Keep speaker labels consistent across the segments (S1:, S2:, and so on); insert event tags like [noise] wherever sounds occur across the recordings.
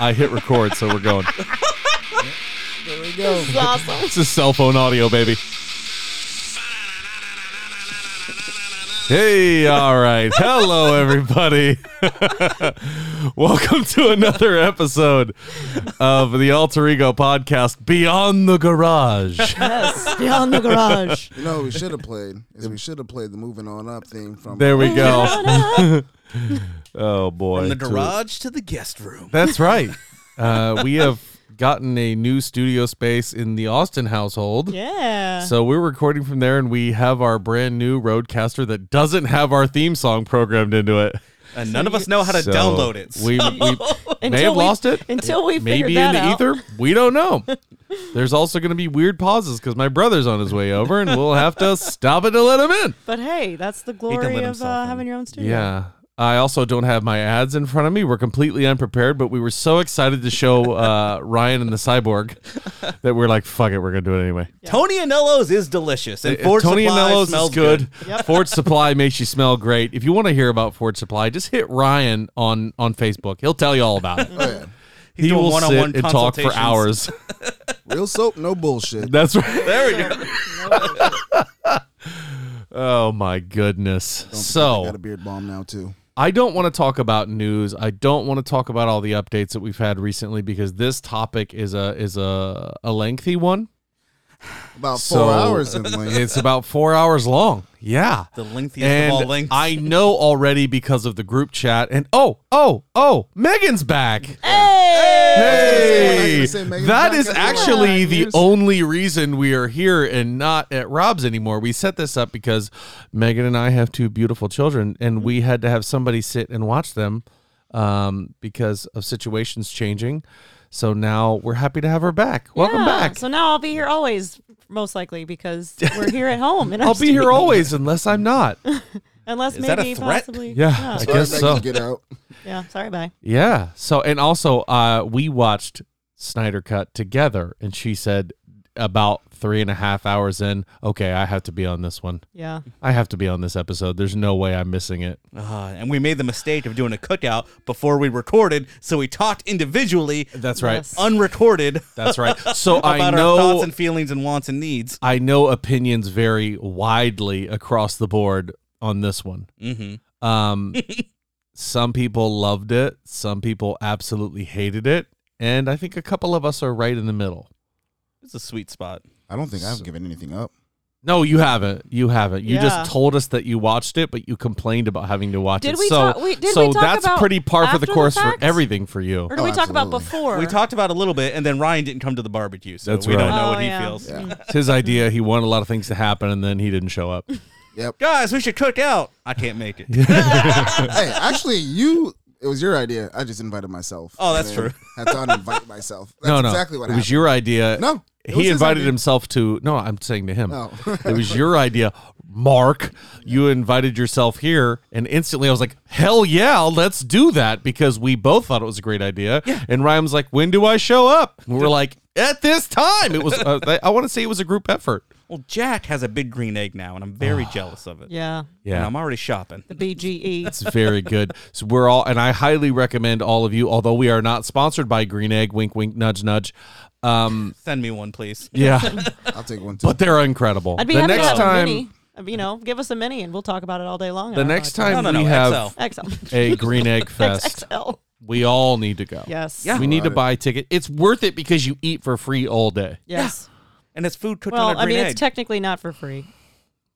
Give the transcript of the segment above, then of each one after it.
S1: I hit record, so we're going.
S2: There we go.
S3: [laughs] This is awesome.
S1: This is cell phone audio, baby. Hey, all right. Hello, everybody. [laughs] Welcome to another episode of the Alter Ego podcast, Beyond the Garage.
S3: Yes, beyond
S1: [laughs]
S3: the garage.
S2: You know, what we should have played is we should have played the moving on up theme from
S1: There we go. oh, boy.
S4: From the
S1: To-
S4: garage to the guest room.
S1: That's right. Uh, we have gotten a new studio space in the Austin household.
S3: Yeah.
S1: So we're recording from there, and we have our brand new Roadcaster that doesn't have our theme song programmed into it.
S4: And none of us know how to
S1: So
S4: download it.
S1: We, we may have
S3: we-
S1: lost it.
S3: Until we
S1: Maybe
S3: figured
S1: in
S3: that
S1: the
S3: out.
S1: ether. We don't know. There's also going to be weird pauses because my brother's on his way over, and we'll have to stop it to let him in.
S3: But hey, that's the
S4: let
S3: glory of
S4: himself
S3: uh,
S4: in.
S3: having your own studio.
S1: Yeah. I also don't have my ads in front of me. We're completely unprepared, but we were so excited to show uh, Ryan and the cyborg that we're like, fuck it, we're going to do it anyway.
S4: Tony Anello's is delicious. And Ford
S1: Uh, Tony
S4: Supply
S1: Anello's is
S4: smells
S1: good.
S4: [laughs]
S1: Ford Supply makes you smell great. If you want to hear about Ford Supply, just hit Ryan on, on Facebook. He'll tell you all about it.
S2: [laughs] Oh, yeah.
S1: he
S4: doing
S1: will sit
S4: one-on-one
S1: and talk for hours.
S4: [laughs]
S1: [laughs]
S4: consultations.
S2: real soap, no bullshit.
S1: That's right.
S4: There we
S1: [laughs]
S4: go.
S1: Oh my goodness.
S2: I got
S1: So
S2: a beard bomb now too.
S1: I don't want to talk about news. I don't want to talk about all the updates that we've had recently because this topic is a is a, a lengthy
S2: [laughs]
S1: one.
S2: About four
S1: So- uh,
S2: hours in length.
S1: It's about four hours long. Yeah.
S4: The lengthiest
S1: And
S4: of all lengths.
S1: I know already because of the group chat. And oh, oh, oh, Megan's back. Hey,
S2: Megan said Megan's
S1: that
S2: back
S1: is
S2: at the
S1: actually
S3: wedding.
S1: the
S3: Here's-
S1: only reason we are here and not at Rob's anymore. We set this up because Megan and I have two beautiful children, and we had to have somebody sit and watch them um, because of situations changing. So now we're happy to have her back. Welcome
S3: Yeah,
S1: back.
S3: So now I'll be here always, most
S1: [laughs]
S3: likely, because we're here at home. And
S1: I'll be here always unless I'm not.
S3: Unless
S4: Is
S3: maybe
S4: that a threat?
S3: possibly.
S1: Yeah, I
S3: Yeah.
S1: guess
S2: Sorry, Megan,
S1: so.
S2: Get out.
S3: Yeah, Sorry, bye.
S1: Yeah. So and also uh we watched Snyder Cut together and she said about three and a half hours in, okay, I have to be on this one.
S3: Yeah.
S1: I have to be on this episode. There's no way I'm missing it.
S4: Ah, and we made the mistake of doing a cookout before we recorded, so we talked individually,
S1: That's right.
S3: Yes.
S4: unrecorded,
S1: That's right. [laughs] So I
S4: about our thoughts
S1: know
S4: and feelings and wants and needs.
S1: I know opinions vary widely across the board on this one.
S4: Mm-hmm. [laughs]
S1: Um some people loved it, some people absolutely hated it, and I think a couple of us are right in the middle.
S4: It's a sweet spot.
S2: I don't think I've given anything up.
S1: No, you haven't. You haven't. You
S3: Yeah.
S1: just told us that you watched it, but you complained about having to watch
S3: Did
S1: it.
S3: we
S1: so,
S3: talk- we- did
S1: so
S3: we talk
S1: that's
S3: about
S1: pretty par for the
S3: after the
S1: course for
S3: fact?
S1: everything for you.
S3: Or did
S2: Oh,
S3: we talk about
S2: absolutely.
S3: before?
S4: We talked about a little bit, and then Ryan didn't come to the barbecue, so
S1: That's
S4: we
S1: right.
S4: don't know
S3: Oh,
S4: what
S3: yeah.
S4: he feels.
S2: Yeah.
S1: It's his idea. He wanted a lot of things to happen, and then he didn't show up.
S2: Yep.
S4: Guys, we should cook out. I
S1: [laughs]
S4: can't make it.
S2: hey, actually, you. It was your idea. I just invited myself.
S4: Oh, that's
S2: And then
S4: true.
S2: Had to uninvite myself.
S1: [laughs]
S2: That's
S1: no, no,
S2: exactly what
S1: it
S2: happened.
S1: was your idea.
S2: No, it was
S1: he
S2: his
S1: invited
S2: idea.
S1: himself to. No, I'm saying to him.
S2: Oh.
S1: it was
S2: [laughs]
S1: your idea, Mark. You invited yourself here, and instantly I was like, "Hell yeah, let's do that!" Because we both thought it was a great idea. And Ryan was like, "When do I show up?" And we we're like, "At this time." It was. Uh, I- I want to say it was a group effort.
S4: Well, Jack has a big green egg now, and I'm very
S1: Ah.
S4: jealous of it.
S3: Yeah. E.
S4: And I'm already shopping.
S3: The BGE.
S1: It's very good. So we're all, and I highly recommend all of you. Although we are not sponsored by Green Egg, wink, wink, nudge, nudge. Um,
S4: Send me one, please.
S2: [laughs]
S1: yeah,
S2: I'll take one too.
S1: but they're incredible.
S3: I'd be
S1: the
S3: happy
S1: next
S3: to have
S1: time,
S3: a mini. Uh, You know, give us a mini and we'll talk about it all day long.
S1: the next time
S4: No, no,
S1: we
S4: no,
S1: have
S4: XL.
S3: XL.
S1: a Green Egg Fest,
S3: XL.
S1: we all need to go.
S3: Yes.
S4: Yeah.
S1: we need to
S2: Right.
S1: buy a ticket. It's worth it because you eat for free all day.
S3: Yes.
S4: And it's food cooked on
S3: Well,
S4: a
S3: I
S4: green
S3: mean,
S4: egg.
S3: it's technically not for free.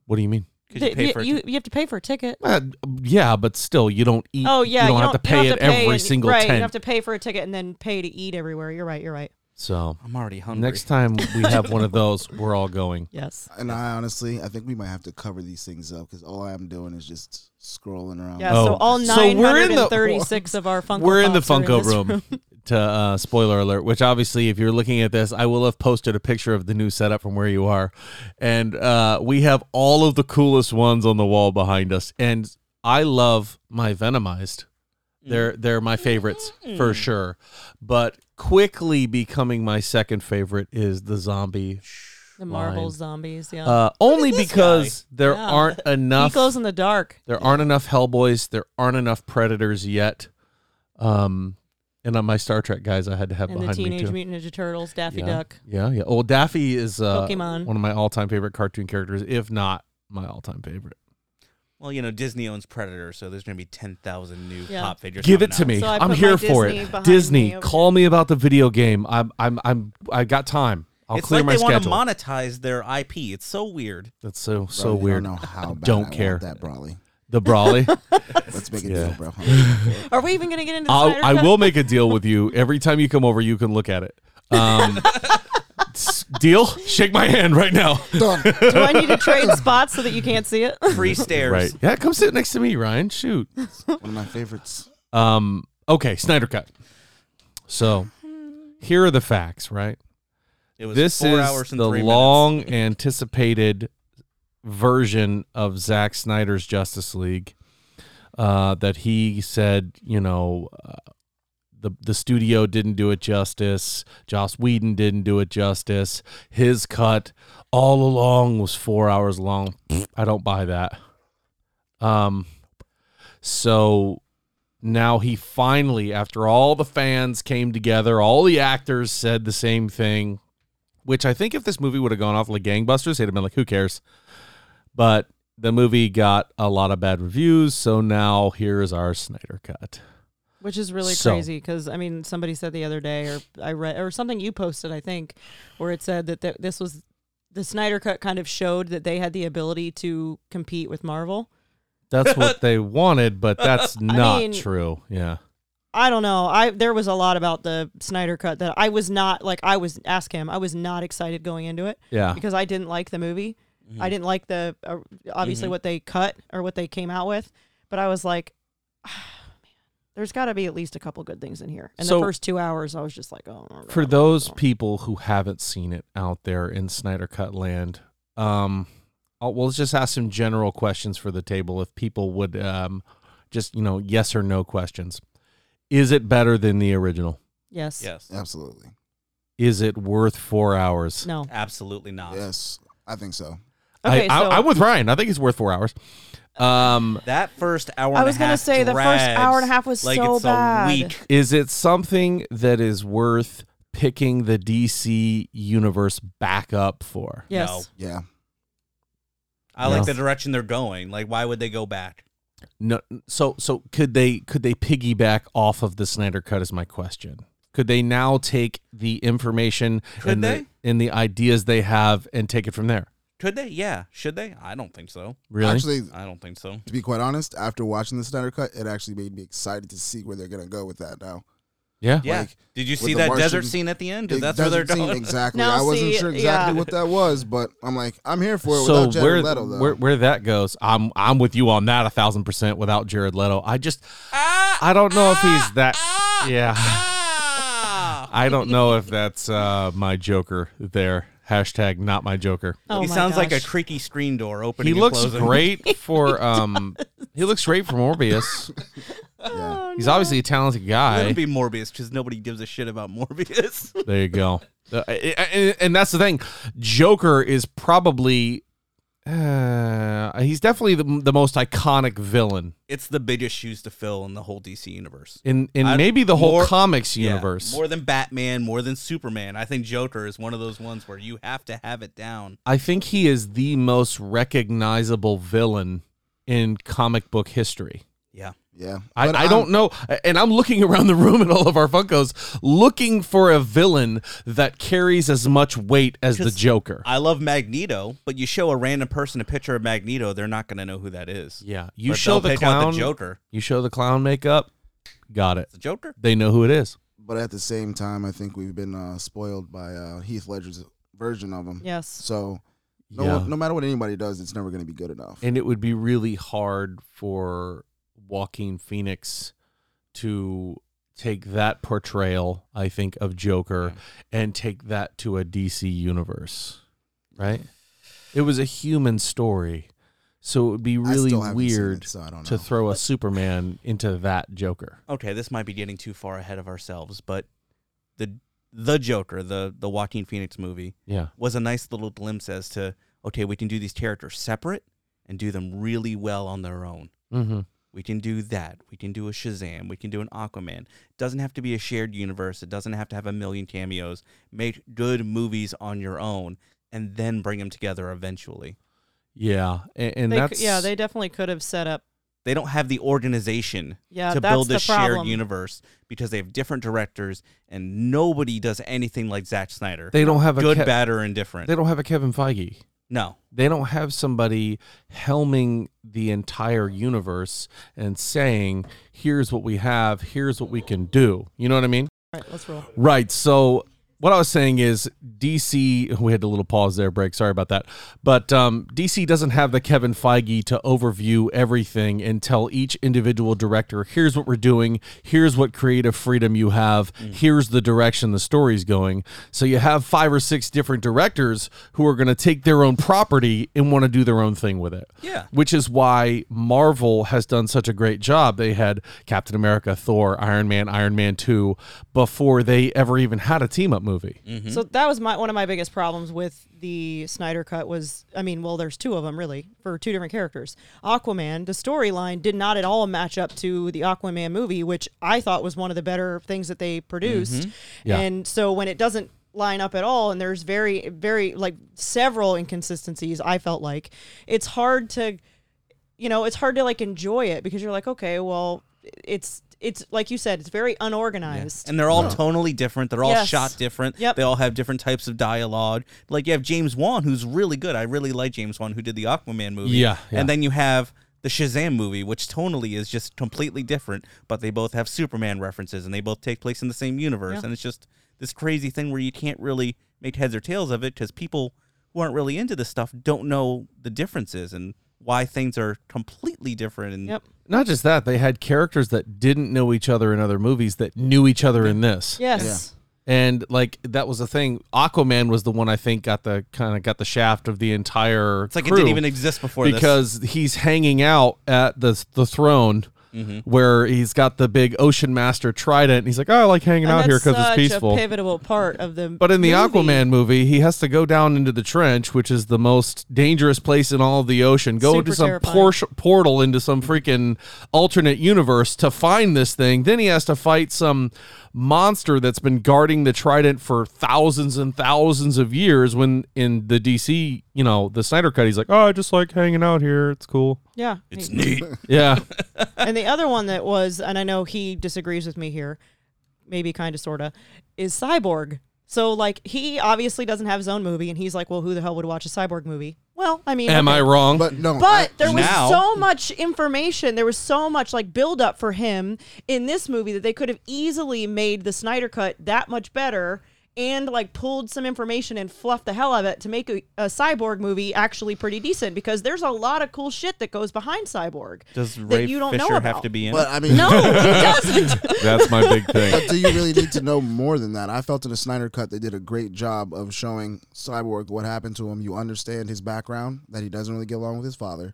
S1: What do you mean?
S4: 'cause
S3: Th-
S4: you pay
S3: you,
S4: for it.
S3: you, you have to pay for a ticket.
S1: Uh, yeah, but still, you don't eat.
S3: Oh yeah,
S1: you don't, have to pay it every
S3: and-
S1: single
S3: right,
S1: tent.
S3: You have to pay for a ticket and then pay to eat everywhere. You're right. You're right.
S1: so
S4: I'm already hungry.
S1: next time [laughs] we have one of those, we're all going.
S3: Yes.
S2: And I honestly, I think we might have to cover these things up because all I'm doing is just scrolling around.
S3: Yeah.
S1: Oh.
S3: So all
S1: So
S3: nine
S1: we're in
S3: hundred
S1: the-
S3: and thirty-six of our Funko.
S1: We're in the
S3: Pops are
S1: Funko
S3: this
S1: room.
S3: [laughs]
S1: To uh, spoiler alert, which obviously, if you're looking at this, I will have posted a picture of the new setup from where you are, and uh, we have all of the coolest ones on the wall behind us. And I love my Venomized; they're
S3: Mm.
S1: they're my favorites for sure. But quickly becoming my second favorite is the zombie,
S3: The marble
S1: Line.
S3: zombies. Yeah.
S1: uh, only because there
S3: Yeah. [laughs]
S1: aren't enough
S3: Eco's in the dark.
S1: there aren't enough Hellboys. There aren't enough Predators yet. Um, and on my Star Trek guys, I had to have
S3: and the
S1: behind me
S3: Teenage
S1: too.
S3: Mutant Ninja Turtles, Daffy
S1: yeah.
S3: Duck,
S1: Yeah, yeah. Well, Daffy is uh,
S3: Pokemon.
S1: one of my all-time favorite cartoon characters, if not my all-time favorite.
S4: Well, you know, Disney owns Predator, so there's going to be 10,000 new
S3: Yeah.
S4: pop figures.
S1: Give it
S4: coming
S1: to
S4: out.
S1: me.
S3: So I
S1: I'm
S3: put
S1: here
S3: my
S1: for
S3: Disney
S1: it.
S3: behind
S1: Disney,
S3: me over
S1: call me about the video game. I'm, I'm, I'm. I got time. I'll
S4: it's
S1: clear
S4: like
S1: my
S4: they
S1: schedule.
S4: want to monetize their IP. It's so weird.
S1: That's so
S2: Bro,
S1: so
S2: you
S1: weird.
S2: Don't know how bad
S1: Don't
S2: I want
S1: care.
S2: that Brawley.
S1: The
S2: [laughs]
S1: Brawley.
S2: Let's make a
S1: Yeah. [laughs]
S2: deal, bro. Huh?
S3: Are we even going to get into the
S1: I'll,
S3: Snyder
S1: I
S3: Cut?
S1: will make a deal with you. Every time you come over, you can look at it. Um, s- deal? Shake my hand right now.
S2: Done.
S3: Do
S1: [laughs]
S3: I need to trade spots so that you can't see it?
S4: Free
S1: [laughs]
S4: stairs.
S1: Right? Yeah. Come sit next to me, Ryan. Shoot.
S2: One of my favorites.
S1: Um, okay. Snyder cut. So here are the facts. Right.
S4: It was
S1: This
S4: four
S1: is
S4: hours and
S1: the
S4: three
S1: long anticipated version of Zack Snyder's Justice League uh, that he said, you know, uh, the the studio didn't do it justice. Joss Whedon didn't do it justice. His cut all along was four hours long. I don't buy that. Um, so now he finally, after all the fans came together, all the actors said the same thing, which I think if this movie would have gone off like gangbusters, they'd have been like, who cares? But the movie got a lot of bad reviews, so now here is our Snyder cut.
S3: Which is really
S1: So-
S3: crazy because I mean somebody said the other day or I read or something you posted I think where it said that th- this was the Snyder cut kind of showed that they had the ability to compete with Marvel.
S1: That's what they wanted, but that's not
S3: mean-
S1: true. Yeah.
S3: I don't know. I there was a lot about the Snyder cut that I was not like I was ask him. I was not excited going into it
S1: Yeah.
S3: because I didn't like the movie.
S4: Mm-hmm.
S3: I
S1: Mm.
S3: didn't like the uh,
S1: Mm-hmm.
S3: obviously what they cut or what they came out with, but I was like [sighs] man, there's got to be at least a couple good things in here. And
S1: So-
S3: the first 2 hours I was just like, oh.
S1: For those people who haven't seen it out there in Snyder Cut land, um, I'll, we'll just ask some general questions for the table. If people would um, just, you know, yes or no questions. Is it better than the original?
S3: Yes.
S4: minutes. Yes.
S2: Absolutely.
S1: Is it worth four hours?
S3: No.
S4: Absolutely not.
S2: Yes, I think so.
S3: Okay,
S1: I,
S3: so-
S1: I, am with Ryan. I think it's worth four hours. Um,
S4: That first hour.
S3: I
S4: and a
S3: was gonna
S4: half
S3: say the first hour and a
S4: drags
S3: half was
S4: like
S3: so
S4: it's
S3: bad.
S4: A week.
S1: is it something that is worth picking the DC universe back up for?
S3: Yes.
S4: No.
S2: Yeah.
S4: I like
S1: No.
S4: the direction they're going. Like, why would they go back?
S1: No, so so could they could they piggyback off of the Snyder Cut? Is my question. Could they now take the information
S4: Could
S1: and
S4: they?
S1: the and the ideas they have and take it from there?
S4: Could they? Yeah. Should they? I don't think so.
S1: Really?
S2: Actually,
S4: I don't think so.
S2: to be quite honest, after watching the Snyder Cut, it actually made me excited to see where they're gonna go with that now.
S1: yeah.
S4: Yeah.
S2: Like,
S4: Did you
S2: with
S4: see
S2: the
S4: that desert
S2: Martian-
S4: scene at the end? Dude,
S2: It
S4: that's where they're
S2: doesn't seem
S4: going.
S2: Exactly.
S3: Now,
S2: I wasn't
S3: see,
S2: sure exactly
S3: yeah.
S2: what that was, but I'm like, I'm here for it
S1: So
S2: without Jared
S1: where,
S2: Leto though.
S1: where where that goes, I'm I'm with you on that a thousand percent. Without Jared Leto, I just I don't know if he's that. yeah.
S4: Ah!
S1: I don't know if that's uh, my Joker there. Hashtag not my Joker.
S3: Oh
S4: he
S3: my
S4: sounds like
S3: gosh.
S4: a creaky screen door opening.
S1: He
S4: and
S1: looks
S4: closing. [laughs]
S1: great for um. He looks great for Morbius.
S2: yeah.
S1: He's obviously a talented guy.
S4: It'll be Morbius because nobody gives a shit about [laughs] Morbius.
S1: There you go. Uh, I- I- and that's the thing. Joker is probably uh, he's definitely the, the most iconic villain
S4: it's the biggest shoes to fill in the whole DC universe.
S1: in in
S4: I-
S1: maybe the whole
S4: more-
S1: comics
S4: Yeah,
S1: universe.
S4: more than Batman, more than Superman. I think Joker is one of those ones where you have to have it down.
S1: I think he is the most recognizable villain in comic book history.
S4: Yeah.
S2: Yeah.
S1: I,
S2: But
S1: I
S2: I'm-
S1: don't know. And I'm looking [laughs] around the room at all of our Funkos looking for a villain that carries as much weight as the
S4: 'Cause
S1: Joker.
S4: I love Magneto, but you show a random person a picture of Magneto, they're not going to know who that is.
S1: yeah. You
S4: But
S1: show
S4: they'll
S1: the
S4: pick
S1: clown.
S4: out the Joker.
S1: You show the clown makeup. Got it.
S4: The Joker?
S1: They know who it is.
S2: But at the same time, I think we've been uh, spoiled by uh, Heath Ledger's version of him.
S3: Yes.
S2: So no,
S1: Yeah.
S2: no matter what anybody does, it's never gonna be good enough.
S1: And it would be really hard for Joaquin Phoenix to take that portrayal, I think, of Joker and take that to a DC universe, right? It was a human story. So it would be
S2: I
S1: really
S2: still haven't seen
S1: weird
S2: it, so I don't know.
S1: to throw a Superman into that Joker.
S4: Okay, this might be getting too far ahead of ourselves, but the the Joker, the the Joaquin Phoenix movie,
S1: Yeah.
S4: was a nice little glimpse as to okay, we can do these characters separate and do them really well on their own.
S1: Mm-hmm.
S4: We can do that. We can do a Shazam. We can do an Aquaman. It doesn't have to be a shared universe. It doesn't have to have a million cameos. Make good movies on your own and then bring them together eventually.
S1: Yeah, and, and
S3: They c-
S1: that's
S3: yeah, they definitely could have set up.
S4: They don't have the organization
S3: Yeah,
S4: to
S3: that's
S4: build
S3: the
S4: a shared
S3: problem.
S4: universe because they have different directors and nobody does anything like Zack Snyder.
S1: they don't have a
S4: good,
S1: Ke-
S4: bad, or indifferent.
S1: They don't have a Kevin Feige.
S4: no.
S1: They don't have somebody helming the entire universe and saying, "Here's what we have. Here's what we can do." You know what I mean?
S3: All right, let's roll.
S1: Right. So what I was saying is DC. We had a little pause there, break. Sorry about that. But um, DC doesn't have the Kevin Feige to overview everything and tell each individual director, "Here's what we're doing. Here's what creative freedom you have. Here's the direction the story's going." So you have five or six different directors who are going to take their own property and want to do their own thing with it
S4: Yeah.
S1: which is why Marvel has done such a great job. They had Captain America, Thor, Iron Man, Iron Man 2 before they ever even had a team up movie.
S4: Mm.
S3: So that was my one of my biggest problems with the Snyder cut was I mean, well, there's two of them really for two different characters. Aquaman, the storyline did not at all match up to the Aquaman movie, which I thought was one of the better things that they produced.
S1: Yeah.
S3: And so when it doesn't line up at all and there's very very like several inconsistencies I felt like it's hard to you know it's hard to like enjoy it because you're like okay well it's it's like you said it's very unorganized
S4: And they're all tonally different. They're all
S3: Yes.
S4: shot different.
S3: Yep.
S4: They all have different types of dialogue. Like you have James Wan, who's really good. I really like James Wan, who did the Aquaman movie.
S1: Yeah, yeah.
S4: And then you have the Shazam movie, which tonally is just completely different, but they both have Superman references and they both take place in the same universe. And it's just this crazy thing where you can't really make heads or tails of it because people who aren't really into this stuff don't know the differences and why things are completely different. And
S3: yep
S1: Not just that, they had characters that didn't know each other in other movies that knew each other in this.
S3: yes
S1: And like that was a thing. Aquaman was the one I think got the kind of got the shaft of the entire
S4: it's like
S1: crew.
S4: it didn't even exist before this.
S1: because he's hanging out at the the throne
S4: Mm-hmm.
S1: where he's got the big ocean master trident and he's like, "Oh, I like hanging
S3: And
S1: out here
S3: that's
S1: cuz it's
S3: such
S1: peaceful."
S3: A pivotal part of the.
S1: But in the
S3: movie.
S1: Aquaman movie, he has to go down into the trench, which is the most dangerous place in all of the ocean, go
S3: Super
S1: into some
S3: terrifying.
S1: por- portal into some freaking alternate universe to find this thing. Then he has to fight some monster that's been guarding the trident for thousands and thousands of years when in the DC, you know, the Snyder cut, he's like, "Oh, I just like hanging out here. It's cool."
S3: yeah,
S4: it's neat.
S1: Yeah. [laughs]
S3: and the other one that was, and I know he disagrees with me here, maybe kind of sorta, is Cyborg. So like he obviously doesn't have his own movie, and he's like, well, who the hell would watch a Cyborg movie? Well, I mean,
S1: Am
S3: okay.
S1: I wrong? [laughs]
S2: But [laughs] no,
S3: But
S2: I-
S3: there was
S4: Now-
S3: so much information. There was so much like build up for him in this movie that they could have easily made the Snyder cut that much better and like pulled some information and fluffed the hell out of it to make a, a cyborg movie actually pretty decent because there's a lot of cool shit that goes behind
S2: [laughs]
S3: cyborg
S4: Does
S3: that
S4: Ray
S3: you don't know
S4: Fisher
S3: about.
S4: have to be in?
S2: but
S4: it?
S2: I mean,
S3: no it doesn't
S1: That's my big thing.
S2: But do you really need to know more than that? I felt in the Snyder cut they did a great job of showing Cyborg what happened to him. You understand his background that he doesn't really get along with his father,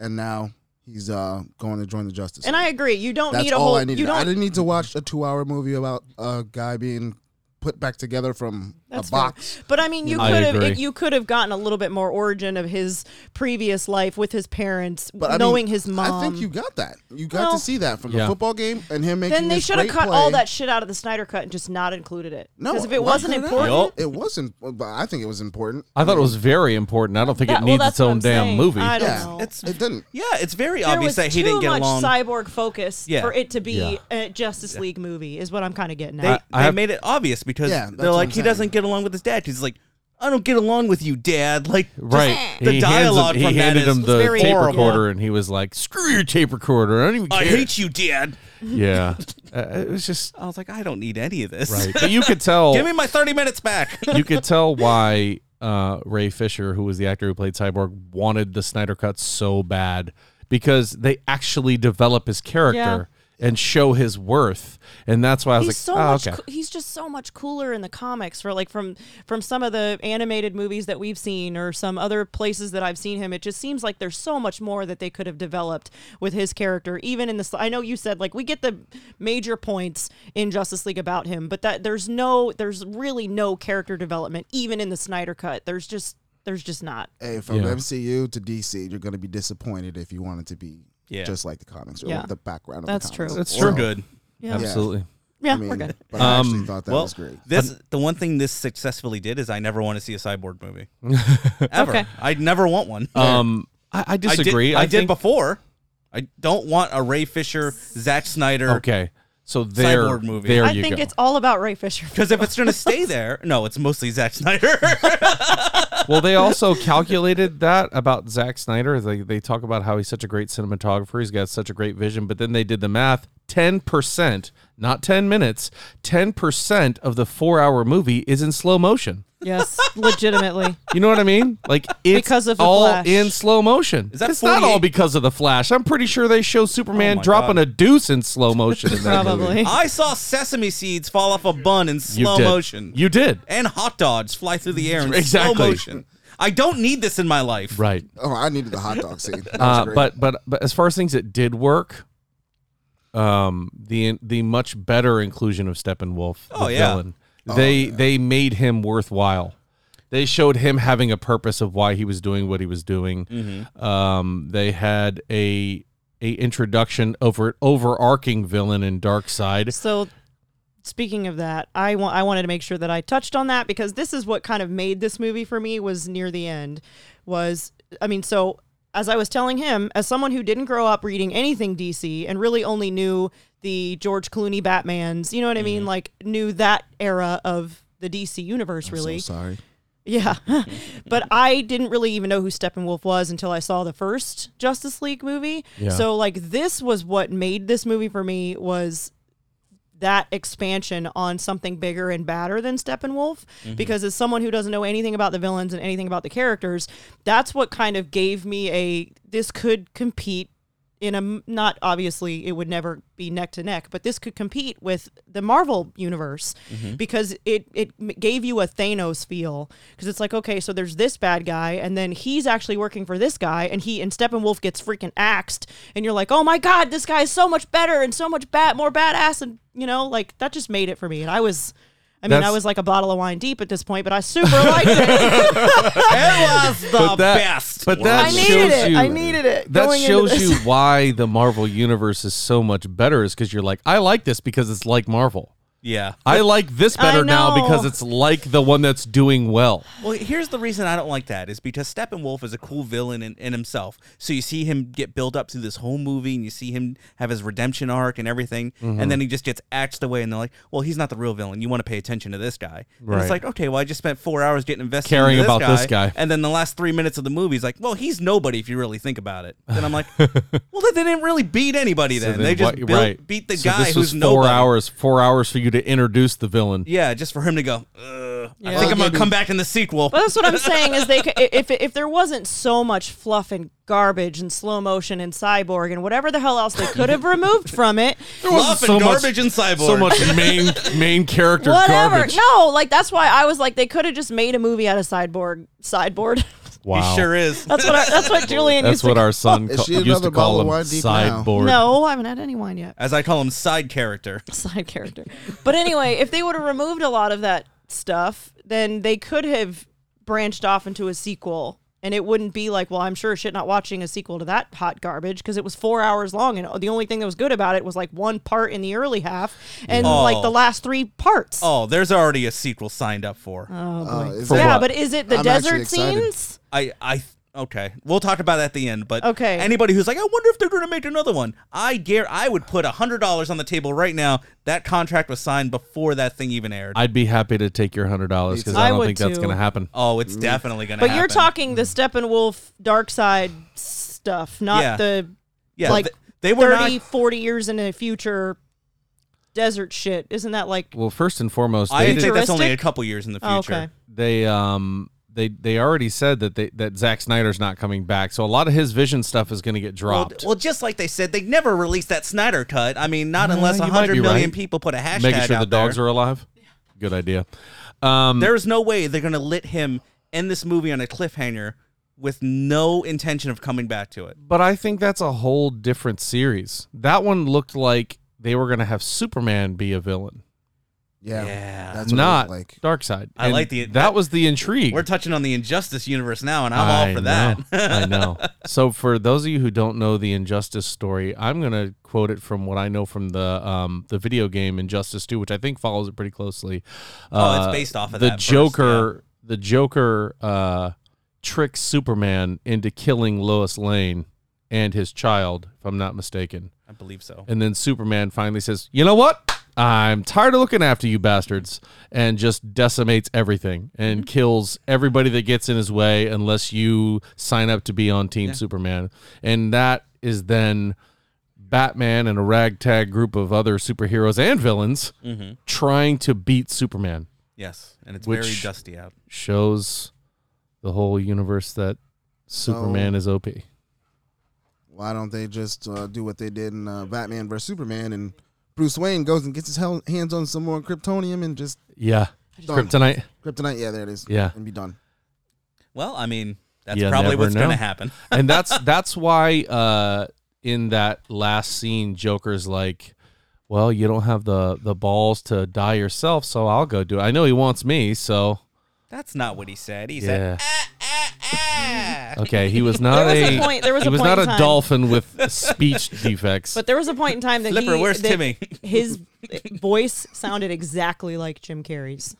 S2: and now he's uh, going to join the Justice.
S3: and
S2: League.
S3: i agree you don't
S2: that's
S3: need a
S2: all
S3: whole
S2: I
S3: you
S2: needed.
S3: don't
S2: I didn't need to watch a two-hour movie about a guy being put back together from
S3: That's
S2: a
S3: fair.
S2: box.
S3: But I mean, you
S1: I
S3: could have
S1: agree.
S3: it- you could have gotten a little bit more origin of his previous life with his parents,
S2: But I mean,
S3: knowing his mom.
S2: I think you got that. You got
S3: well-
S2: to see that from
S1: Yeah.
S2: the football game and him making.
S3: then they
S2: this
S3: should have
S2: great
S3: cut all
S2: play.
S3: that shit out of the Snyder cut and just not included it.
S2: No,
S3: because if it
S2: why
S3: wasn't
S2: cut it out?
S3: important,
S2: it wasn't. But I think it was important.
S1: I thought it was very important. I don't think
S3: That-
S1: it
S3: well,
S1: needs
S3: that's
S1: its
S3: what
S1: own
S3: I'm
S1: damn
S3: saying.
S1: movie.
S3: I don't
S2: Yeah.
S3: know.
S4: It's
S2: It didn't.
S4: Yeah, it's very
S3: there
S4: obvious
S3: was
S4: that he
S3: too
S4: didn't get
S3: much
S4: along.
S3: cyborg focus
S4: Yeah.
S3: for it to be
S1: Yeah.
S3: a Justice League movie is what I'm kind of getting
S4: they
S3: at.
S1: I
S4: they
S1: have-
S4: made it obvious because
S2: Yeah, that's
S4: they're
S2: what
S4: like
S2: I'm
S4: he
S2: saying.
S4: doesn't get along with his dad. He's like, I don't get along with you, dad. [laughs] Like, just
S1: Right.
S4: The
S1: he
S4: dialogue
S1: handed,
S4: from
S1: he
S4: that
S1: handed
S4: is-
S1: him
S4: It's
S1: the
S3: very
S1: tape
S3: horrible.
S1: recorder, and he was like, "Screw your tape recorder! I don't even care."
S4: I hate you, dad. [laughs]
S1: Yeah, uh, it was just
S4: I was like, I don't need any of this.
S1: right. But you could tell.
S4: [laughs] Give me my thirty minutes back.
S1: you could tell why uh, Ray Fisher, who was the actor who played Cyborg, wanted the Snyder cut so bad because they actually develop his character and show his worth, and that's why I was
S3: He's
S1: like,
S3: so
S1: "Oh,
S3: much.
S1: okay."
S3: coo- he's just so much cooler in the comics for like from from some of the animated movies that we've seen or some other places that I've seen him. It just seems like there's so much more that they could have developed with his character. Even in this, I know you said like we get the major points in Justice League about him, but that there's no there's really no character development even in the Snyder cut. There's just there's just not.
S2: Hey, from
S1: Yeah.
S2: MCU to DC, you're going to be disappointed if you want it to be
S4: Yeah.
S2: just like the comics or
S3: Yeah.
S2: the background. Of
S3: That's
S2: the
S3: true.
S2: comics.
S1: That's
S4: We're
S1: true.
S4: good.
S3: Yeah.
S2: Yeah.
S1: Absolutely.
S3: Yeah,
S2: I mean,
S3: we're good.
S2: But I actually
S1: Um,
S2: thought that
S4: well,
S2: was great.
S4: This the one thing this successfully did is I never want to see a cyborg movie ever.
S3: Okay.
S4: I'd never want one.
S1: Um, I, I disagree.
S4: I did, I did
S1: think-
S4: before. I don't want a Ray Fisher, Zack Snyder.
S1: Okay, so there,
S4: Cyborg movie.
S1: there
S3: I
S1: you
S3: think
S1: go.
S3: it's all about Ray Fisher.
S4: Because if it's going
S1: [laughs]
S4: to stay there, no, it's mostly Zack Snyder.
S1: well, they also calculated that about Zack Snyder. They they talk about how he's such a great cinematographer. He's got such a great vision, but then they did the math. Ten percent, not ten minutes. Ten percent of the four-hour movie is in slow motion.
S3: yes, legitimately.
S1: You know what I mean?
S3: [laughs]
S1: Like it's
S3: Because of The
S1: all
S3: Flash.
S1: in slow motion.
S4: Is that
S1: it's not all
S4: 48?
S1: because of the Flash. I'm pretty sure they show Superman
S4: my
S1: dropping a deuce in slow motion. In
S3: [laughs]
S1: that movie.
S3: Probably.
S4: I saw sesame seeds fall off a bun in
S1: You
S4: slow
S1: did.
S4: motion.
S1: You did
S4: and hot dogs fly through the air in
S1: Exactly.
S4: slow motion. I don't need this in my life.
S1: right.
S2: Oh, I needed the hot dog scene. That was
S1: Uh,
S2: great.
S1: but but but as far as things that did work, um, the the much better inclusion of Steppenwolf,
S4: Oh,
S1: the
S4: yeah.
S1: villain, they they made him worthwhile. They showed him having a purpose of why he was doing what he was doing. Um, they had a a introduction over overarching villain in Dark Side.
S3: So, speaking of that, I want I wanted to make sure that I touched on that because this is what kind of made this movie for me was near the end. Was I mean, so as I was telling him, as someone who didn't grow up reading anything DC and really only knew the George Clooney Batman's, you know what I mean, like knew that era of the DC universe [laughs] really.
S2: so sorry.
S3: Yeah. [laughs] but I didn't really even know who Steppenwolf was until I saw the first Justice League movie.
S1: Yeah.
S3: So like this was what made this movie for me was that expansion on something bigger and badder than Steppenwolf. Because as someone who doesn't know anything about the villains and anything about the characters, that's what kind of gave me a this could compete in a m- not obviously it would never be neck to neck, but this could compete with the Marvel universe because it it m- gave you a Thanos feel because it's like okay, so there's this bad guy and then he's actually working for this guy and he and Steppenwolf gets freaking axed and you're like oh my god, this guy is so much better and so much bad more badass and you know like that just made it for me and I was. I mean, I
S1: That's-
S3: was like a bottle of wine deep at this point, but I super
S1: [laughs]
S3: liked it.
S4: It was the
S1: that-
S4: best.
S1: but that
S3: I
S1: shows
S3: needed it.
S1: you
S3: I needed it.
S1: that
S3: going into
S1: shows
S3: this.
S1: you why the Marvel universe is so much better is because you're like, I like this because it's like Marvel.
S4: yeah.
S1: I like this better now
S3: know.
S1: because it's like the one that's doing well.
S4: Well, here's the reason I don't like that is because Steppenwolf is a cool villain in, in himself. So you see him get built up through this whole movie, and you see him have his redemption arc and everything, and
S1: Mm-hmm.
S4: then he just gets axed away, and they're like, "Well, he's not the real villain. You want to pay attention to this guy." And
S1: Right.
S4: it's like, okay, well, I just spent four hours getting invested
S1: Caring
S4: into
S1: about this guy.
S4: and then the last three minutes of the movie is like, "Well, he's nobody if you really think about it."
S1: [laughs]
S4: Then I'm like, "Well, then they didn't really beat anybody. Then,
S1: So then
S4: they just
S1: what-
S4: built, beat the
S1: So
S4: guy
S1: this was
S4: who's
S1: four
S4: nobody."
S1: hours. Four hours for you to introduce the villain.
S4: Yeah, just for him to go. Ugh, I
S3: Yeah.
S4: think I'm
S2: Well,
S4: gonna come back in the sequel.
S3: Well, that's what I'm saying. Is they c- if if there wasn't so much fluff and garbage and slow motion and cyborg and whatever the hell else they could have
S1: [laughs]
S3: removed from it,
S4: Fluff and garbage and cyborg.
S1: So
S4: [laughs]
S1: much main main character
S3: whatever.
S1: garbage.
S3: No, like that's why I was like they could have just made a movie out of cyborg sideboard. [laughs]
S1: Wow.
S4: He sure is.
S3: that's what our, that's what Julian
S1: That's
S3: used
S1: what
S3: to.
S1: our son
S2: Is
S1: ca-
S2: she
S1: used to
S2: another bottle
S1: call him
S2: of wine deep now?
S1: sideboard.
S3: No, I haven't had any wine yet.
S4: as I call him, side character.
S3: side character. But anyway, if they would have removed a lot of that stuff, then they could have branched off into a sequel. And it wouldn't be like, well, I'm sure shit not watching a sequel to that hot garbage because it was four hours long. And the only thing that was good about it was like one part in the early half and
S4: Oh.
S3: like the last three parts.
S4: Oh, there's already a sequel signed up for.
S3: Oh.
S2: Uh, is
S1: For
S2: that-
S3: yeah,
S1: what?
S3: but is it the
S2: I'm actually
S3: desert
S2: excited.
S3: scenes?
S4: I, I, okay, we'll talk about that at the end. But
S3: Okay.
S4: anybody who's like, I wonder if they're going to make another one. I dare, I would put a hundred dollars on the table right now. That contract was signed before that thing even aired.
S1: I'd be happy to take your hundred dollars because
S3: I
S1: I don't
S3: would
S1: think that's
S3: too.
S1: going to happen.
S4: oh, it's definitely going to.
S3: But you're talking
S2: Hmm.
S3: the Steppenwolf dark side stuff, not
S4: Yeah.
S3: the
S4: yeah,
S3: like
S4: th- they were
S3: 30,
S4: not.
S3: 40 years in the future desert shit. Isn't that like
S1: Well, first and foremost,
S4: I
S1: they,
S4: think that's only a
S3: futuristic?
S4: couple years in the future.
S3: Oh, okay.
S1: they um they they already said that they that Zack Snyder's not coming back, so a lot of his vision stuff is going to get
S4: Well,
S1: dropped.
S4: well, just like they said, they never released that Snyder cut. I mean, not unless
S1: you might
S4: hundred
S1: be
S4: million
S1: right.
S4: people put a hashtag
S1: Making sure
S4: out
S1: the dogs
S4: there.
S1: are alive. Good idea. Um,
S4: There is no way they're going to let him end this movie on a cliffhanger with no intention of coming back to it.
S1: But I think that's a whole different series. That one looked like they were going to have Superman be a villain.
S2: Yeah,
S4: Yeah.
S2: that's what
S1: Not
S2: it looked like.
S1: Dark Side.
S4: I like the-
S1: that, was the intrigue.
S4: We're touching on the Injustice universe now, and I'm all for that.
S1: that. I know. So for those of you who don't know the Injustice story, I'm gonna quote it from what I know from the um, the video game Injustice 2, which I think follows it pretty closely.
S4: Oh, it's
S1: Uh,
S4: based off of
S1: the
S4: that first,
S1: Joker. The Joker uh, tricks Superman into killing Lois Lane and his child, if I'm not mistaken.
S4: [laughs] I believe so.
S1: And then Superman finally says, "You know what? I'm tired of looking after you bastards," and just decimates everything and kills everybody that gets in his way unless you sign up to be on Team Superman. And that is then Batman and a ragtag group of other superheroes and villains trying to beat Superman.
S4: Yes, and it's
S1: Which-
S4: very dusty out.
S1: Shows the whole universe that Superman is OP.
S2: Why don't they just uh, do what they did in uh, Batman vs Superman and Bruce Wayne goes and gets his hell, hands on some more kryptonium and just
S1: Yeah.
S2: done.
S1: Kryptonite.
S2: kryptonite? Yeah, there it is.
S1: Yeah.
S2: and be done.
S1: [laughs]
S4: Well, I mean, that's
S1: You
S4: probably
S1: never
S4: what's going
S1: know.
S4: to happen.
S1: and that's that's why uh in that last scene joker's like well you don't have the the balls to die yourself so i'll go do it i know he wants me so
S4: That's not what he said. He
S1: yeah
S4: said, ah, ah, ah.
S1: okay he was not
S3: [laughs] There was a point- there was
S1: he
S3: a
S1: was
S3: point
S1: not
S3: in
S1: a
S3: time.
S1: dolphin with speech defects
S3: But there was a point in time that
S4: Flipper,
S3: he,
S4: where's
S3: that
S4: Timmy? [laughs]
S3: His voice sounded exactly like Jim Carrey's,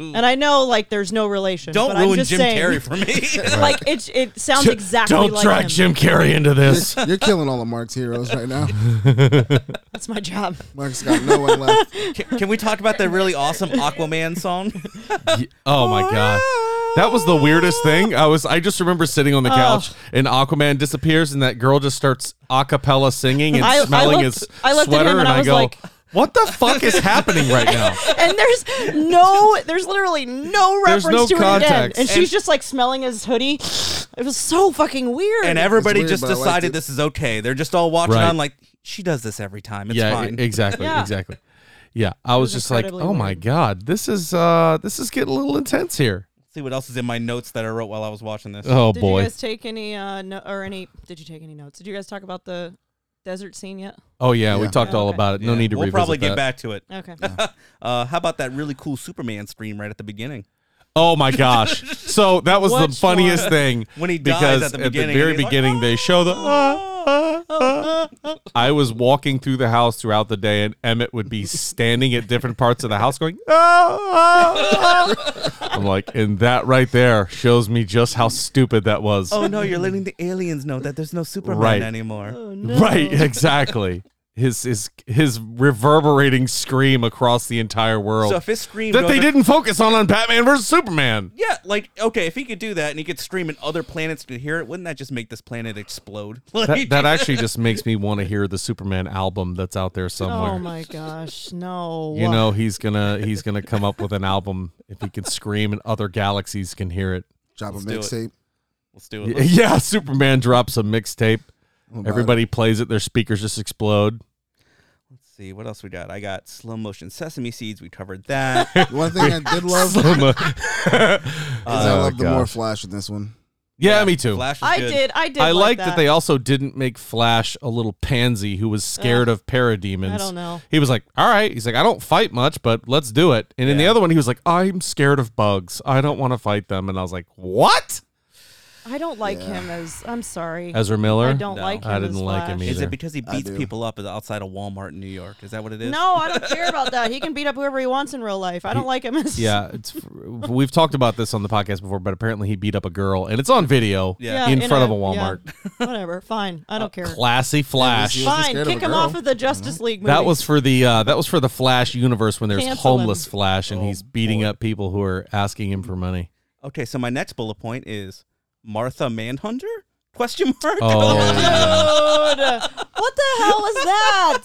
S3: and I know like there's no relation.
S4: Don't
S3: but I'm
S4: ruin
S3: just
S4: Jim
S3: saying,
S4: Carrey
S1: [laughs]
S4: for me.
S3: [laughs]
S4: [laughs]
S3: Like it, it sounds exactly
S1: don't
S3: like
S1: drag
S3: him.
S1: jim carrey into this
S2: You're killing all of Mark's heroes right now.
S3: That's
S1: [laughs]
S3: my job.
S2: Mark's got no one left.
S3: [laughs]
S4: can, can we talk about that really awesome Aquaman
S1: [laughs]
S4: song?
S1: Y- [laughs] oh my god that was the weirdest thing i was i just remember sitting on the
S3: Oh.
S1: couch and aquaman disappears and that girl just starts a cappella singing and
S3: I- I
S1: smelling
S3: looked-
S1: his
S3: I looked at him
S1: sweater
S3: and I
S1: I,
S3: was
S1: go
S3: like-
S1: what the fuck is happening right
S3: [laughs]
S1: now
S3: [laughs] And there's no, there's literally no
S1: There's
S3: reference
S1: no
S3: to it at the end.
S1: context.
S3: And, she's just like smelling his hoodie. It was so fucking weird.
S4: And everybody
S2: weird,
S4: just
S2: but I liked
S4: decided
S2: it.
S4: this is okay. They're just all watching
S1: Right.
S4: on like she does this every time. It's
S1: yeah e-
S4: fine.
S1: exactly
S3: Yeah.
S1: exactly yeah i was,
S3: was
S1: just like oh
S3: incredibly
S1: my
S3: weird.
S1: god this is uh this is getting a little intense here
S4: see what else is in my notes that I wrote while I was watching this.
S1: oh
S3: did
S1: boy
S3: you guys take any uh no, or any? Did you take any notes? Did you guys talk about the desert scene yet?
S1: oh yeah, we
S2: Yeah.
S1: talked all
S3: Okay.
S1: about it no
S4: Yeah,
S1: need to
S4: We'll
S1: revisit
S4: probably get
S1: that.
S4: back to it. [laughs]
S3: Okay.
S4: Uh, how about that really cool Superman scream right at the beginning?
S1: Oh my
S4: [laughs]
S1: gosh! So that was the
S3: Which
S1: funniest thing
S4: When he "Ah, dies
S1: because
S4: at the beginning,
S1: very
S4: and he's like,
S1: beginning they show the.
S4: ah,
S1: I was walking through the house throughout the day, and Emmett would be standing at different parts of the house going. "Ah, ah,
S4: [laughs]
S1: ah." I'm like, and that right there shows me just how stupid that was.
S4: [laughs] Oh no, you're letting the aliens know that there's no Superman
S1: Right.
S4: anymore.
S1: Right, exactly. His his his reverberating scream across the entire world
S4: So if his scream
S1: that
S4: goes
S1: they
S4: ac-
S1: didn't focus on on Batman versus Superman.
S4: Yeah, like okay, if he could do that and he could scream and other planets could hear it, wouldn't that just make this planet explode? [laughs] Like,
S1: that, that actually just makes me want to hear the Superman album that's out there somewhere.
S3: Oh my gosh, no.
S1: you know he's gonna he's gonna come up with an album if he can scream and other galaxies can hear
S4: [laughs]
S1: it.
S2: Drop a
S4: Let's do
S2: mixtape.
S4: let's do it.
S1: Yeah, Superman drops a mixtape.
S4: Oh,
S2: about
S1: Everybody plays it. Their speakers just explode. [laughs]
S4: Let's see what else we got. I got slow motion sesame seeds. We covered that.
S1: [laughs]
S2: it. One thing I did love is
S1: Slow mo-
S2: I
S1: Oh,
S2: love the more
S1: gosh.
S2: Flash in this one.
S1: Yeah, me too.
S4: Flash is
S3: I
S4: good.
S3: did. I did.
S1: I
S3: like
S1: like that. they also didn't make Flash a little pansy who was scared of parademons.
S3: I don't know.
S1: He was like, "All right." He's like, "I don't fight much, but let's do it." And in the
S4: Yeah.
S1: other one, he was like, "I'm scared of bugs. I don't want to fight them." And I was like, "What?"
S3: I don't like him as. I'm sorry.
S1: Ezra Miller.
S3: I don't like him.
S1: I didn't
S3: as
S1: like him
S3: Flash.
S4: Is
S1: either.
S4: it because he beats
S2: do.
S4: people up outside of Walmart in New York? Is that what it is?
S3: No, I don't care about that. He can beat up whoever he wants in real life. I don't like him as.
S1: Yeah, it's [laughs] we've talked about this on the podcast before, but apparently he beat up a girl, and it's on video.
S4: Yeah.
S1: in front of a
S3: yeah.
S1: Walmart.
S3: [laughs]
S1: Uh,
S3: Whatever. Fine. I don't care.
S1: Classy Flash.
S2: Yeah,
S3: Fine.
S2: scared of a
S3: Kick him
S2: girl.
S3: off of the Justice League movie.
S1: That was for the uh, that was for the Flash universe when there's
S3: Cancel him.
S1: homeless Flash
S3: Oh,
S1: and he's beating up people who are asking him for money.
S4: Okay, so my next bullet point is Martha Manhunter? Question mark. [laughs]
S1: Oh, yeah.
S3: [laughs] Dude, what the hell was that?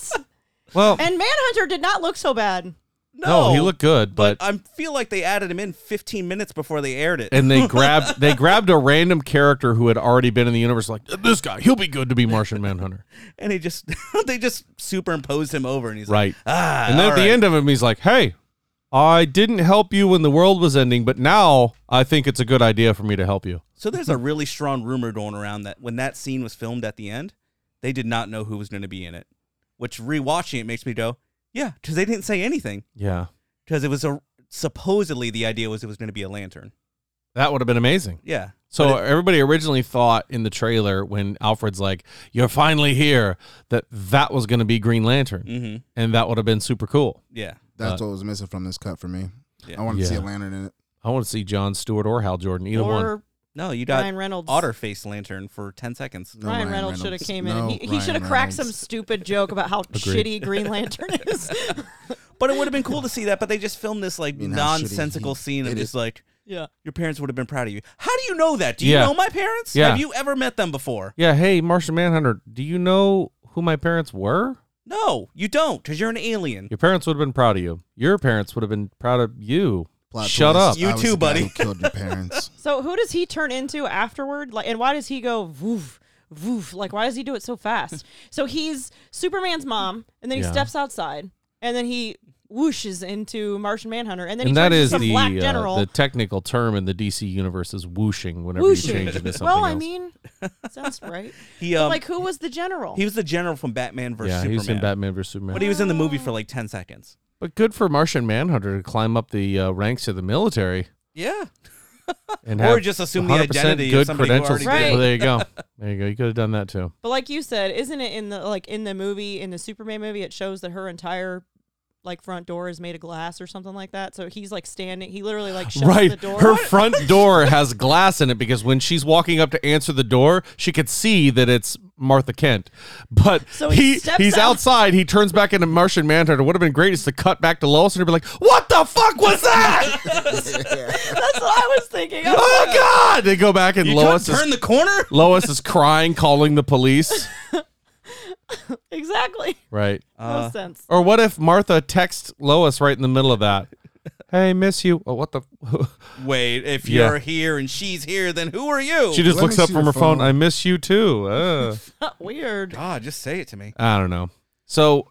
S1: well,
S3: And Manhunter did not look so bad.
S1: no, he looked good, but,
S4: I feel like they added him in 15 minutes before they aired it.
S1: and they grabbed they grabbed a random character who had already been in the universe. Like this guy, he'll be good to be Martian Manhunter,
S4: and he just [laughs] they just superimposed him over and he's
S1: right?
S4: like ah
S1: And then at the end of him, he's like, "Hey, I didn't help you when the world was ending, but now I think it's a good idea for me to help you."
S4: so there's a really strong rumor going around that when that scene was filmed at the end they did not know who was going to be in it which rewatching it makes me go Yeah, because they didn't say anything.
S1: Yeah.
S4: Because it was a supposedly the idea was it was going to be a lantern.
S1: That would have been amazing.
S4: Yeah.
S1: So everybody originally thought in the trailer when Alfred's like, "You're finally here," that that was going to be Green Lantern,
S4: Mm-hmm.
S1: and that would have been super cool.
S4: Yeah.
S2: That's what was missing from this cut for me.
S4: Yeah.
S2: I wanted to see a
S1: Uh, Yeah.
S2: lantern in it.
S1: I want to see John Stewart or Hal Jordan, either one.
S3: or
S4: No, you got
S3: Ryan Reynolds.
S4: Otterface Lantern for ten seconds.
S2: No,
S3: Ryan
S2: Ryan
S3: Reynolds should have
S2: Reynolds.
S3: came in. and
S2: No,
S3: he he
S2: Ryan
S3: should have cracked some
S2: Reynolds.
S3: stupid joke about how
S1: [laughs] Agreed.
S3: shitty Green
S1: [laughs]
S3: Lantern is.
S4: But it would have been cool to see that. But they just filmed this like
S2: I mean, how shitty
S4: nonsensical
S2: he
S4: scene of
S2: did
S4: just
S2: it.
S4: like
S3: yeah.
S4: your parents would have been proud of you. How do you know that? Do you
S1: Yeah.
S4: know my parents?
S1: Yeah.
S4: Have you ever met them before?
S1: Yeah. Hey, Martian Manhunter, do you know who my parents were?
S4: No, you don't, because you're an alien.
S1: Your parents would have been proud of you. Your parents would have been proud of you.
S2: Plot
S1: Shut
S2: twist,
S1: up.
S4: You
S2: I was
S4: too,
S2: the guy
S4: buddy.
S2: Who killed your
S4: [laughs]
S2: parents?
S3: So who does he turn into afterward? Like, and why does he go woof woof? Like, why does he do it
S1: [laughs]
S3: so fast? so he's Superman's mom, and then he
S1: Yeah.
S3: steps outside, and then he whooshes into Martian Manhunter, and then
S1: and
S3: he
S1: that
S3: turns
S1: is
S3: into some
S1: the
S3: black
S1: uh,
S3: general.
S1: the technical term in the DC universe is whooshing. Whenever you
S3: whooshing.
S1: change into something
S3: well, I
S1: else.
S3: mean, sounds
S1: [laughs]
S3: right.
S4: He um,
S3: like, who was the general?
S4: he was the general from Batman versus
S1: yeah,
S4: Superman.
S1: he was in Batman vs Superman.
S4: But he was in the movie for like ten seconds.
S1: But good for Martian Manhunter to climb up the uh, ranks of the military
S4: Yeah.
S1: and
S4: Or
S1: have
S4: just assume the
S1: 100%
S4: identity of
S1: good
S4: somebody who
S1: credentials.
S3: already did it.
S1: Well, there you go. There you go. You could have done that too.
S3: But like you said, isn't it in the like in the movie in the Superman movie? It shows that her entire like front door is made of glass or something like that. So he's like standing. He literally like shuts the door.
S1: Her front door has glass in it because when she's walking up to answer the door, she could see that it's Martha Kent. But
S3: So he
S1: he,
S3: steps
S1: he's
S3: out.
S1: outside. He turns back into Martian Manhunter. Would have been great is to cut back to Lois and be like, "What the fuck was
S3: [laughs]
S1: that?
S3: [laughs] That's what I was thinking. I was
S1: [laughs] oh God!" They go back and
S4: You
S1: Lois
S4: couldn't
S1: is
S4: turn the corner.
S1: Lois is crying, calling the police.
S3: like, exactly.
S1: Right.
S3: no
S4: Uh.
S3: sense.
S1: Or what if Martha texts Lois right in the middle of that? Hey, miss you. Oh, what the? [laughs]
S4: Wait, if
S1: Yeah.
S4: you're here and she's here, then who are you?
S1: she just
S2: Let
S1: looks
S2: me
S1: up
S2: see
S1: from her
S2: your
S1: phone.
S2: phone.
S1: I miss you too. Uh,
S4: [laughs]
S3: Weird.
S4: God, just say it to me.
S1: I don't know. So,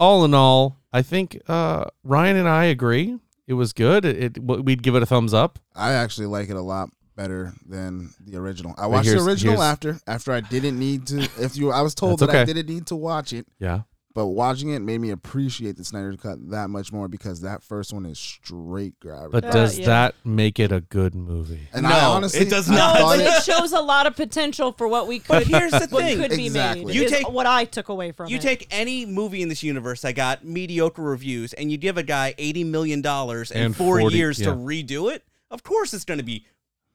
S1: all in all, I think uh, Ryan and I agree. It was good. It, it w- we'd give it a thumbs up.
S2: I actually like it a lot better than the original. I watched the
S1: here's-
S2: original
S1: here's-
S2: after after I didn't need to. If you, I was told
S1: That's
S2: that I
S1: okay.
S2: didn't need to watch it,
S1: Yeah.
S2: but watching it made me appreciate the Snyder cut that much more because that first one is straight garbage.
S1: But
S3: Uh,
S1: does
S3: yeah.
S1: that make it a good movie?
S2: and
S4: No,
S2: I honestly,
S4: it does
S2: I
S4: not.
S3: No,
S2: thought
S3: but
S2: it-
S3: it
S4: [laughs]
S3: shows a lot of potential for what we could.
S4: But here's the
S3: what
S4: thing.
S3: could be
S2: Exactly.
S3: made.
S4: You
S3: is
S4: take-
S3: what I took away from
S4: You
S3: it.
S4: take any movie in this universe that got mediocre reviews, and you give a guy eighty million dollars and,
S1: And
S4: four
S1: 40
S4: years
S1: yeah.
S4: to redo it. Of course, it's going to be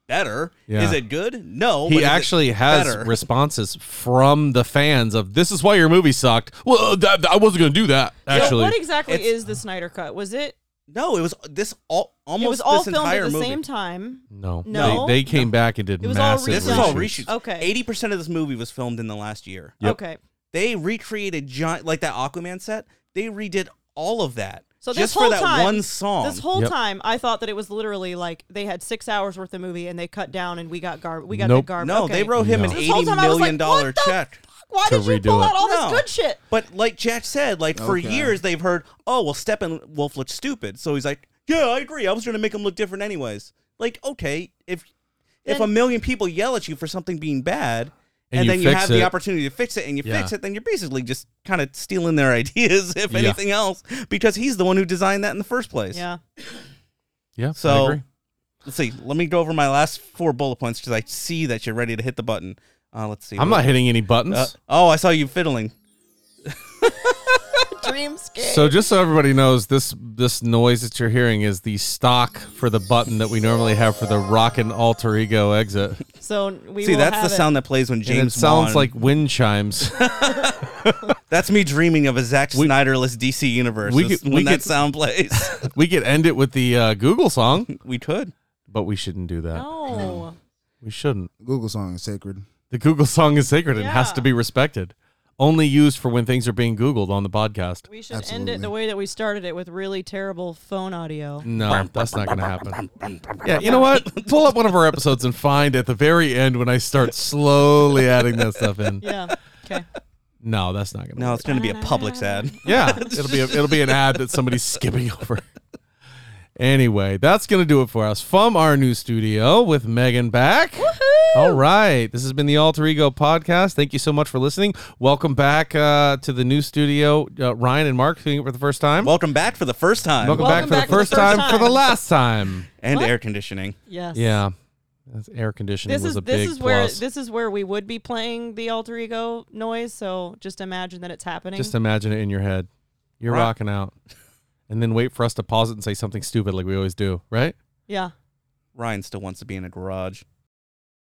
S4: better.
S1: Yeah.
S4: Is it good? No. but
S1: he
S4: is it
S1: actually has
S4: better?
S1: responses from the fans of "This is why your movie sucked." Well, uh, that, I wasn't going to do that.
S3: So
S1: Actually,
S3: what exactly
S4: It's-
S3: is the Snyder cut? Was it?
S4: no. It was this all almost
S3: It was all
S4: this
S3: filmed
S4: entire
S3: at the
S4: movie.
S3: same time.
S1: no,
S3: No.
S1: They, they came back and did
S3: It was all
S1: massive.
S4: This
S3: This
S4: is all
S1: reshoots.
S4: reshoots.
S3: Okay.
S4: Eighty percent of this movie was filmed in the last year.
S1: Yep.
S3: Okay.
S4: They recreated giant like that Aquaman set. They redid all of that.
S3: So this
S4: just
S3: whole
S4: for that
S3: time-
S4: one song.
S3: This whole
S1: Yep.
S3: time, I thought that it was literally like they had six hours worth of movie and they cut down and we got garbage. We got
S1: Nope.
S3: the garbage.
S4: no, they wrote him
S1: No.
S4: an
S3: This
S4: eighty
S3: whole time I was
S4: million
S3: like,
S4: dollar
S3: what the
S4: check.
S3: Why
S1: To
S3: did you
S1: redo
S3: pull
S1: it.
S3: out all
S4: No.
S3: this good shit?
S4: But like Jack said, like for
S2: Okay.
S4: years they've heard, oh well, Steppenwolf looked stupid, so he's like, yeah, I agree. I was going to make him look different anyways. Like, okay, if if
S3: Then-
S4: a million people yell at you for something being bad,
S1: And
S4: and,
S1: you
S4: then you
S1: fix
S4: have
S1: it.
S4: the opportunity to fix it, and you
S1: Yeah.
S4: fix it, then you're basically just kind of stealing their [laughs] ideas, if
S1: Yeah.
S4: anything else, because he's the one who designed that in the first place.
S3: Yeah.
S1: Yeah. I
S4: So-
S1: agree.
S4: Let's see. Let me go over my last four bullet points because I see that you're ready to hit the button. Uh, let's see.
S1: I'm not hitting any buttons.
S4: Uh, oh, I saw you fiddling.
S3: Dreamscape.
S1: So just so everybody knows, this this noise that you're hearing is the stock for the button that we normally have for the rock and alter ego exit.
S3: So we
S4: See,
S3: will
S4: that's
S3: have
S4: the
S3: it.
S4: sound that plays when James.
S1: and it sounds
S4: Wan-
S1: like wind
S4: [laughs]
S1: chimes.
S4: That's me dreaming of a Zack
S1: We-
S4: Snyderless DC universe.
S1: we
S4: is
S1: could-
S4: when
S1: we
S4: that
S1: could-
S4: sound plays,
S1: [laughs] we could end it with the uh, Google song,
S4: we could.
S1: but we shouldn't do that.
S3: No.
S1: We shouldn't.
S2: Google song is sacred.
S1: The Google song is sacred and has
S3: Yeah.
S1: to be respected. Only used for when things are being Googled on the podcast.
S3: We should end it
S2: Absolutely.
S3: the way that we started it with really terrible phone
S4: [laughs]
S3: audio.
S1: No, that's not going to happen. Yeah, you know what? Pull up one of our episodes and find at the very end when I start slowly adding that stuff
S4: [laughs]
S1: in.
S3: Yeah. Okay.
S1: No, that's not going to
S4: No, it's going to be a Publix ad.
S3: [laughs]
S1: Yeah, it'll be a, it'll be an ad that somebody's skipping [laughs] over. Anyway, that's gonna do it for us from our new studio with Megan back. All right. This has been the Alter Ego podcast. Thank you so much for listening. Welcome back uh, to the new studio. Uh, Ryan and Mark doing it for the first time.
S4: Welcome back for the first time.
S1: Welcome, back,
S3: Welcome
S1: for
S3: back
S1: the first time, for the last time.
S4: And
S3: What?
S4: air conditioning.
S3: Yes.
S1: Yeah. That's air conditioning
S3: This
S1: was
S3: is
S1: a
S3: this
S1: big
S3: is where
S1: plus.
S3: this is where we would be playing the alter ego noise. So just imagine that it's happening.
S1: Just imagine it in your head. You're
S4: Right.
S1: rocking out. And then wait for us to pause it and say something stupid like we always do, right?
S3: yeah.
S4: Ryan still wants to be in a garage.